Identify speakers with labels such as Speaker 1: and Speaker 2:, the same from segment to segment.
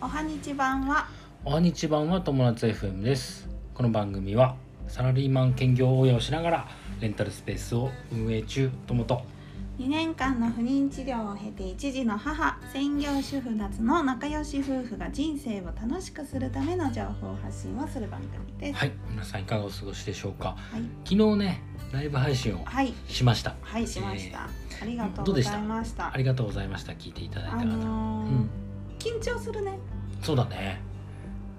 Speaker 1: はにち版は
Speaker 2: おはにちばんは友達 FM ですこの番組はサラリーマン兼業応援をしながらレンタルスペースを運営中ともと
Speaker 1: 2年間の不妊治療を経て一児の母専業主婦夏の仲良し夫婦が人生を楽しくするための情報発信をする番組です。
Speaker 2: はい皆さんいかがお過ごしでしょうか
Speaker 1: はい、
Speaker 2: 昨日ねライブ配信を
Speaker 1: はい、
Speaker 2: しました
Speaker 1: はい、しました。ありがと
Speaker 2: ど
Speaker 1: う
Speaker 2: う
Speaker 1: ご
Speaker 2: でした
Speaker 1: ざいました。
Speaker 2: ありがとうございました聞いていただいた
Speaker 1: あ
Speaker 2: 方、
Speaker 1: のー
Speaker 2: うん
Speaker 1: 緊張するね。
Speaker 2: そうだね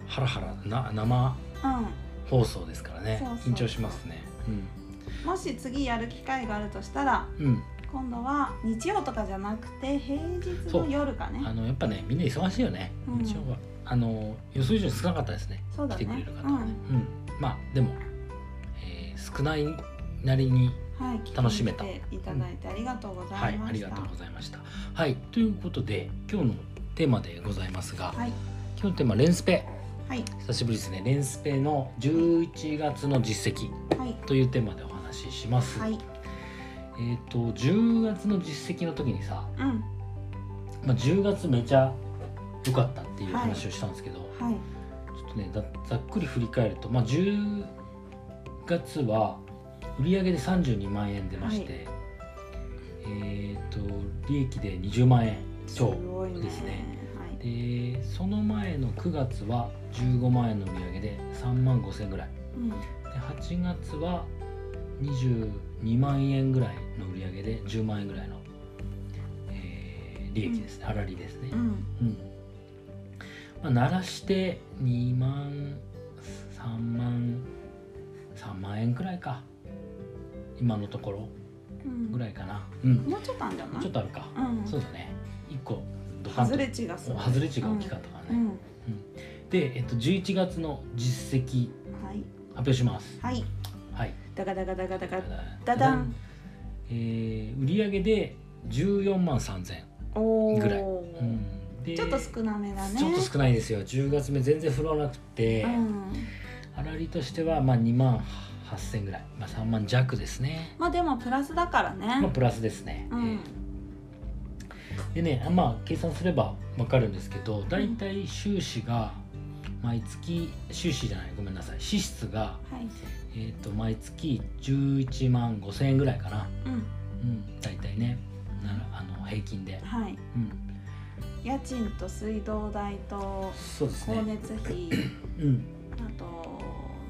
Speaker 2: ハラハラな生
Speaker 1: う
Speaker 2: 放送ですからね
Speaker 1: そうそう
Speaker 2: 緊張しますね
Speaker 1: ん、もし次やる機会があるとしたら、
Speaker 2: うん、うん
Speaker 1: 今度は日曜とかじゃなくて平日
Speaker 2: そ
Speaker 1: の
Speaker 2: う
Speaker 1: 夜かね
Speaker 2: あ。のやっぱねみんな忙しいよね、
Speaker 1: うん
Speaker 2: 日曜はあの予想以上に少なかったですね
Speaker 1: そうだ
Speaker 2: 来てくれ
Speaker 1: ね
Speaker 2: る。方
Speaker 1: う
Speaker 2: はね、うんまあでも、えー少ないなりに
Speaker 1: ん、はい、
Speaker 2: 楽しめた
Speaker 1: 聞きに来ていただいてありがとうござ
Speaker 2: はいい
Speaker 1: ま
Speaker 2: あ
Speaker 1: し
Speaker 2: り
Speaker 1: た。
Speaker 2: がとうございましたはいということで今日のテーマでございますが、
Speaker 1: はい、
Speaker 2: 今日のテーマレンスペ
Speaker 1: はい、
Speaker 2: 久しぶりですねレンスペの11月の実績
Speaker 1: はい、
Speaker 2: というテーマでお話しします、
Speaker 1: はい、
Speaker 2: えっ、と10月の実績の時にさ、
Speaker 1: うん、
Speaker 2: まあ、10月めちゃ良かったっていう話をしたんですけど、
Speaker 1: はい。
Speaker 2: ちょっとねざざっくり振り返ると、まあ、10月は売上で32万円出まして、えっ、と利益で20万円超
Speaker 1: ごい
Speaker 2: ですね。
Speaker 1: はい。
Speaker 2: でその前の9月は15万円の売上で3万5千円ぐらい
Speaker 1: うん、
Speaker 2: で8月は22万円ぐらいの売上で10万円ぐらいの、えー利益ですね、粗利ですね、
Speaker 1: うん、
Speaker 2: うんまあ、鳴らして2万3万3万円くらいか今のところ
Speaker 1: うん。
Speaker 2: ぐらいかなうん
Speaker 1: もうちょっとあんじゃない。
Speaker 2: ちょっとあるか、
Speaker 1: うん。
Speaker 2: そうだね1個ドカンと
Speaker 1: 外れ値がすごい。
Speaker 2: 外れ値が大きかったからね、
Speaker 1: うん。
Speaker 2: で、えっと、11月の実績
Speaker 1: はい。
Speaker 2: 発表します
Speaker 1: はい。
Speaker 2: はい
Speaker 1: だがだがだがだが。
Speaker 2: ダ
Speaker 1: ダ
Speaker 2: ダ
Speaker 1: ダ
Speaker 2: ン
Speaker 1: ン
Speaker 2: えー売上で14万3000、
Speaker 1: おお。
Speaker 2: ぐらいうんで
Speaker 1: ちょっと少なめだね。
Speaker 2: ちょっと少ないですよ10月目全然振らなくて、
Speaker 1: うん。
Speaker 2: 粗利としてはまあ2万8000ぐらい、まあ、3万弱ですね、
Speaker 1: まあでもプラスだから
Speaker 2: まあ、
Speaker 1: ね。
Speaker 2: プラスですね、
Speaker 1: う
Speaker 2: え
Speaker 1: ん。
Speaker 2: ーでねまあ計算すれば分かるんですけどだいたい収支が毎月収支じゃないごめんなさい支出が、
Speaker 1: はい。
Speaker 2: えー、と毎月11万5000円ぐらいかな、
Speaker 1: うん。
Speaker 2: うん、だいたいねならあの平均で、
Speaker 1: はい。
Speaker 2: うん、
Speaker 1: 家賃と水道代と
Speaker 2: そうです
Speaker 1: 光
Speaker 2: ね、
Speaker 1: 熱費、
Speaker 2: うん、
Speaker 1: あと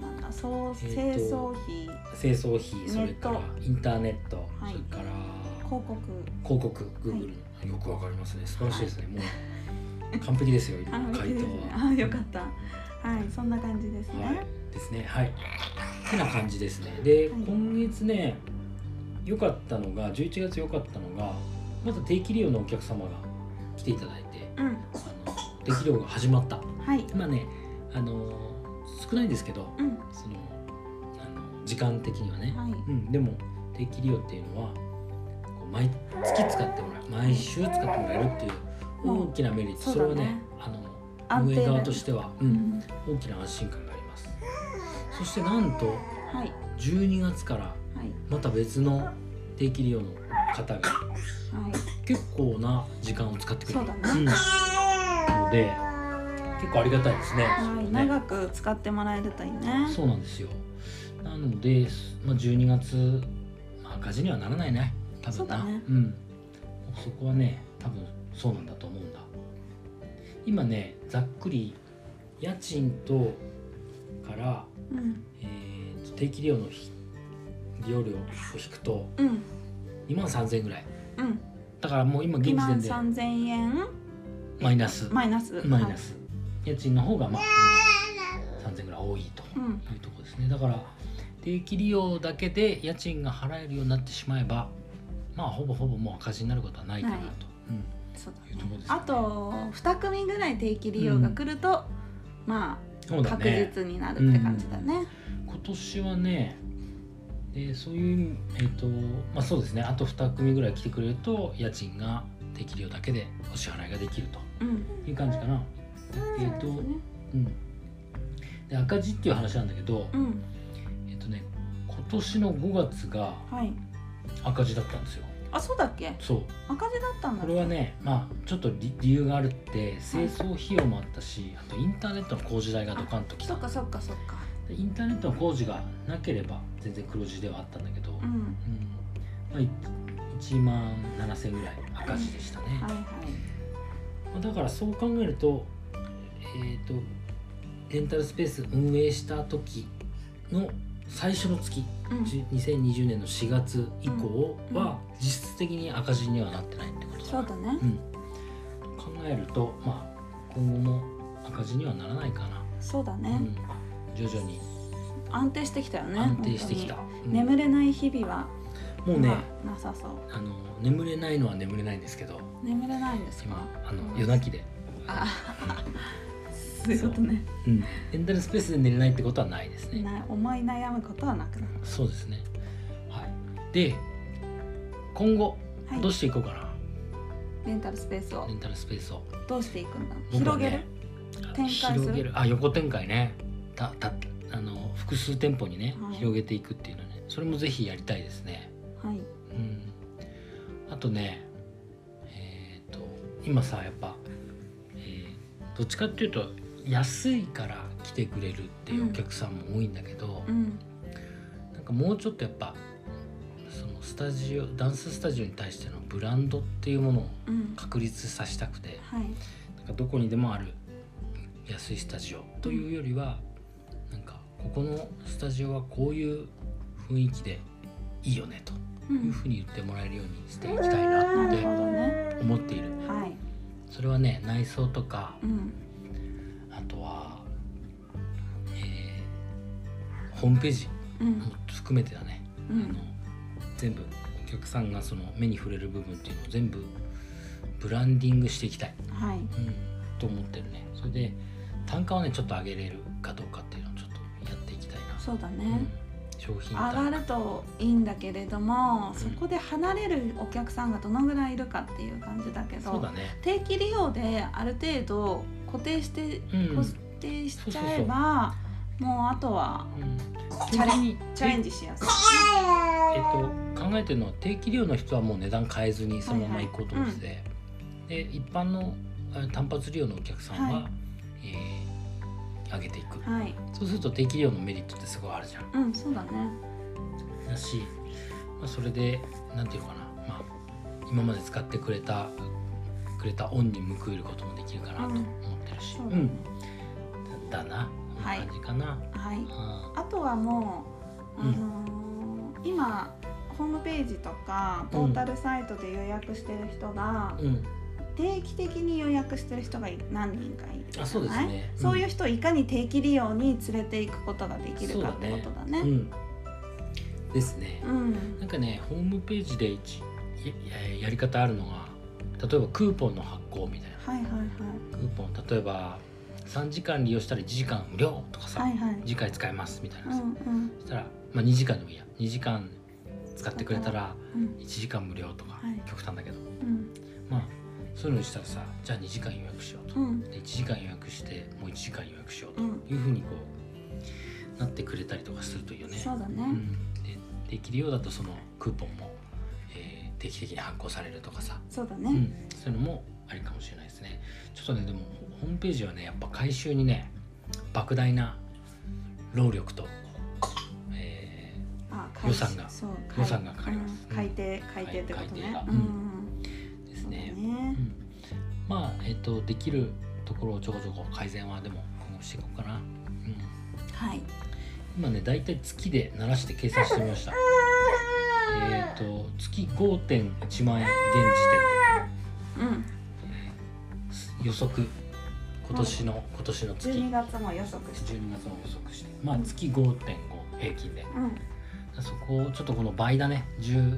Speaker 1: なんだそう
Speaker 2: え
Speaker 1: 清
Speaker 2: ーと
Speaker 1: 掃費、
Speaker 2: 清掃費それからインターネット、
Speaker 1: はい
Speaker 2: それから
Speaker 1: 広告、
Speaker 2: 広告 Google、よくわかりますね素晴らしいですね、もう完璧ですよ今
Speaker 1: あ
Speaker 2: の回答 は、
Speaker 1: あよかった。はい、そんな感じですね。
Speaker 2: はい、ですねはいてな感じですねで、
Speaker 1: はい
Speaker 2: 今月ね良かったのが11月良かったのがまず定期利用のお客様が来ていただいて
Speaker 1: うん。
Speaker 2: あの定期利用が始まった
Speaker 1: はい。
Speaker 2: 今ねあの少ないんですけど
Speaker 1: うん。
Speaker 2: そのあの時間的にはね、
Speaker 1: はい。
Speaker 2: うん、でも定期利用っていうのはこう毎月使ってもらう毎週使ってもらえるっていう大きなメリット、
Speaker 1: うん
Speaker 2: それはねあの
Speaker 1: 安
Speaker 2: 運
Speaker 1: 定
Speaker 2: 営
Speaker 1: だね
Speaker 2: 側としては、う、
Speaker 1: うんん。
Speaker 2: 大きな安心感がありますそしてなんと
Speaker 1: はい。
Speaker 2: 12月から
Speaker 1: はい。
Speaker 2: また別の定期利用の方が
Speaker 1: はい。
Speaker 2: 結構な時間を使ってくれる
Speaker 1: そうだね
Speaker 2: ん、なので結構ありがたいですね,、
Speaker 1: はい、
Speaker 2: ね
Speaker 1: 長く使ってもらえるといいね。
Speaker 2: そうなんですよなので、まあ、12月、まあ、赤字にはならないね多分な
Speaker 1: そうだね
Speaker 2: ん、そこはね多分そうなんだと思うんだ今ねざっくり家賃とから、
Speaker 1: うん。
Speaker 2: えーと定期利用のひ利用料を引くと
Speaker 1: うん。
Speaker 2: 2万3000円ぐらい
Speaker 1: うん。
Speaker 2: だからもう今現時
Speaker 1: 2万
Speaker 2: 点で
Speaker 1: 三千円
Speaker 2: マイナス
Speaker 1: マイナス。
Speaker 2: マイナス、家賃の方がまあ2万3000円ぐらい多いと
Speaker 1: はい。うん。
Speaker 2: というところですねだから定期利用だけで家賃が払えるようになってしまえばまあほぼほぼもう赤字になることはないかなと、
Speaker 1: ない
Speaker 2: うん、
Speaker 1: そうだ
Speaker 2: いうところで
Speaker 1: ね
Speaker 2: す。ね
Speaker 1: あと二組ぐらい定期利用が来ると、ま
Speaker 2: そう
Speaker 1: あ
Speaker 2: だ
Speaker 1: 確
Speaker 2: ね
Speaker 1: 実になるって感じだね。
Speaker 2: 今年はねでそういうえっ、とまあそうですねあと2組ぐらい来てくれると家賃が定期利用だけでお支払いができると
Speaker 1: うん。
Speaker 2: いう感じかなえっ、と
Speaker 1: そうね
Speaker 2: うんで赤字っていう話なんだけど、
Speaker 1: うん。
Speaker 2: えっ、とね今年の5月が
Speaker 1: はい。
Speaker 2: 赤字だったんですよ
Speaker 1: ああそうだっけ
Speaker 2: そう
Speaker 1: 赤字だったんだ
Speaker 2: こ
Speaker 1: っけ
Speaker 2: れはねまあちょっと理理由があるって清掃費用もあったしあとインターネットの工事代がドカンとき
Speaker 1: そ
Speaker 2: た
Speaker 1: っかそっかそっか
Speaker 2: でインターネットの工事がなければ全然黒字ではあったんだけど、うん
Speaker 1: うん
Speaker 2: まあ、い1万7000ぐらい赤字でしたね、
Speaker 1: はいはい
Speaker 2: まあだからそう考えるとえっ、とレンタルスペース運営した時の最初の月
Speaker 1: うん
Speaker 2: じ2020年の4月以降は実質的に赤字にはなってないってこと
Speaker 1: そ
Speaker 2: だ
Speaker 1: う
Speaker 2: な
Speaker 1: だね
Speaker 2: うん、考えると、まあ、今後も赤字にはならないかな、
Speaker 1: そうだ
Speaker 2: う
Speaker 1: ね
Speaker 2: ん、徐々に
Speaker 1: 安定してきたよね
Speaker 2: 安定してきた、
Speaker 1: 本
Speaker 2: う
Speaker 1: 当に
Speaker 2: ん
Speaker 1: 眠れない日々は
Speaker 2: もうね、
Speaker 1: まあなさそう
Speaker 2: あの眠れないのは眠れないんですけど
Speaker 1: 眠れないんですか
Speaker 2: 今あの夜泣きで、
Speaker 1: あ そういうことね
Speaker 2: うん、レンタルスペースで寝れないってことはないですね
Speaker 1: な思い悩むことはなくなる
Speaker 2: そうですねはいで今後
Speaker 1: はい
Speaker 2: どうしていこうかな、
Speaker 1: レンタルスペースを
Speaker 2: レンタルスペースを
Speaker 1: どうしていくんだ
Speaker 2: 僕は
Speaker 1: 広
Speaker 2: ね
Speaker 1: げる展開する
Speaker 2: 広げるあ横展開ねたたあの複数店舗にね、
Speaker 1: はい
Speaker 2: 広げていくっていうのねそれもぜひやりたいですね
Speaker 1: はい
Speaker 2: うんあとねえっ、と今さやっぱ、えーどっちかっていうと安いから来てくれるっていうお客さんも多いんだけど、
Speaker 1: うん
Speaker 2: なんかもうちょっとやっぱそのスタジオダンススタジオに対してのブランドっていうものを
Speaker 1: うん
Speaker 2: 確立させたくて
Speaker 1: はい
Speaker 2: なんかどこにでもある安いスタジオというよりはなんかここのスタジオはこういう雰囲気でいいよねと
Speaker 1: う
Speaker 2: いうんふうに言ってもらえるようにしていきたいな
Speaker 1: なる
Speaker 2: っ
Speaker 1: ほ
Speaker 2: て
Speaker 1: どね
Speaker 2: 思っている
Speaker 1: はい
Speaker 2: それはね内装とか
Speaker 1: うん
Speaker 2: あとは、えーホームページ
Speaker 1: う
Speaker 2: も
Speaker 1: ん
Speaker 2: 含めてだね
Speaker 1: う
Speaker 2: あの
Speaker 1: ん
Speaker 2: 全部お客さんがその目に触れる部分っていうのを全部ブランディングしていきたい、
Speaker 1: はい
Speaker 2: うん、と思ってるねそれで単価をねちょっと上げれるかどうかっていうのをちょっとやっていきたいな、
Speaker 1: そうだね、
Speaker 2: うん、商品
Speaker 1: 上が
Speaker 2: 単価
Speaker 1: るといいんだけれども、そこで離れるお客さんがどのぐらいいるかっていう感じだけど
Speaker 2: そうだね
Speaker 1: 定期利用である程度固定して、
Speaker 2: うん
Speaker 1: 固定しちゃえばもうあとは
Speaker 2: うん
Speaker 1: チャレ
Speaker 2: に
Speaker 1: チャレンジしやすい、
Speaker 2: えっと、考えてるのは定期利用の人はもう値段変えずにそのまま行こうと思ってて、で一般のあ単発利用のお客さんは、
Speaker 1: は
Speaker 2: えー上げていく
Speaker 1: はい
Speaker 2: そうすると定期利用のメリットってすごいあるじゃん
Speaker 1: うんそうだね
Speaker 2: だし、まあ、それでなんていうのかな、まあ、今まで使ってくれたくれた恩に報いることもできるかなと思ってるし、
Speaker 1: そううんだね、
Speaker 2: だなこんな感じかな、
Speaker 1: はい
Speaker 2: あ
Speaker 1: あとはもう、あ
Speaker 2: うん
Speaker 1: のー今ホームページとかポータルサイトで予約してる人が
Speaker 2: ー、うん、
Speaker 1: 定期的に予約してる人が何人かいるじゃない
Speaker 2: あそうですね
Speaker 1: そういう人をいかに定期利用に連れていくことができるかってことだ
Speaker 2: うん、う
Speaker 1: ね。
Speaker 2: ん、ですね、
Speaker 1: うん。
Speaker 2: なんかねホームページで一ややり方あるのが例えばクーポンの発行みたいな
Speaker 1: はいはいはい。
Speaker 2: クーポン例えば3時間利用したら1時間無料とかさ、
Speaker 1: はいはい。
Speaker 2: 次回使えますみたいうなんさ、
Speaker 1: うん
Speaker 2: そしたら、まあ、2時間でもいいや2時間使ってくれたら
Speaker 1: うん
Speaker 2: 1時間無料とか、
Speaker 1: はい
Speaker 2: 極端だけど
Speaker 1: うん
Speaker 2: まあそういうのにしたらさじゃあ2時間予約しようと、
Speaker 1: うん
Speaker 2: で1時間予約してもう1時間予約しようと
Speaker 1: うん
Speaker 2: いうふうにこうなってくれたりとかするといいよね。
Speaker 1: そうだ
Speaker 2: う
Speaker 1: ね。
Speaker 2: ん、でできるようだとそのクーポンも、えー定期的に発行されるとかさ、
Speaker 1: そうだ
Speaker 2: う
Speaker 1: ね。
Speaker 2: ん、そういうのもありかもしれないですねちょっとねでもホームページはねやっぱ回収にね莫大な労力と、え
Speaker 1: あ、
Speaker 2: 予算が
Speaker 1: そう
Speaker 2: 予算がかかります
Speaker 1: うん改定改定ってこと
Speaker 2: 改定
Speaker 1: ね
Speaker 2: が。
Speaker 1: う
Speaker 2: うんん
Speaker 1: うん。
Speaker 2: ーです
Speaker 1: そうだね
Speaker 2: ねう。ん、まあえっ、とできるところをちょこちょこ改善はでも今後していこうかな、うん、
Speaker 1: はい。
Speaker 2: 今ね大体月で鳴らして計算してみましたえっ、と月5.1万円現時点で
Speaker 1: うん。
Speaker 2: 予測今年の、今年の月
Speaker 1: 12月も予測して。
Speaker 2: 12月を予測してまあ月5.5平均で
Speaker 1: うん。
Speaker 2: そこをちょっとこの倍だね 10,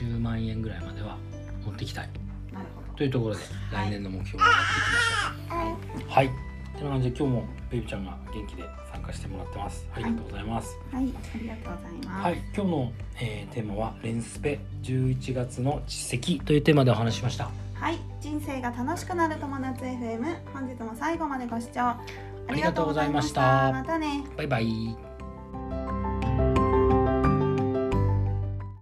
Speaker 2: 10万円ぐらいまでは持ってきたい
Speaker 1: なるほ
Speaker 2: というところで
Speaker 1: はい
Speaker 2: 来年の目標をやっていきましょうはい、てな感じで今日もベイビーちゃんが元気で参加してもらってますありがとうございます、
Speaker 1: ど。はい。ありがとうございます。
Speaker 2: はい、今日の、えーテーマは「レンスペ11月の実績」というテーマでお話ししました
Speaker 1: はい、人生が楽しくなる友達 FM 本日も最後までご視聴ありがとうございました
Speaker 2: ありがとうございました
Speaker 1: またね
Speaker 2: バイバイ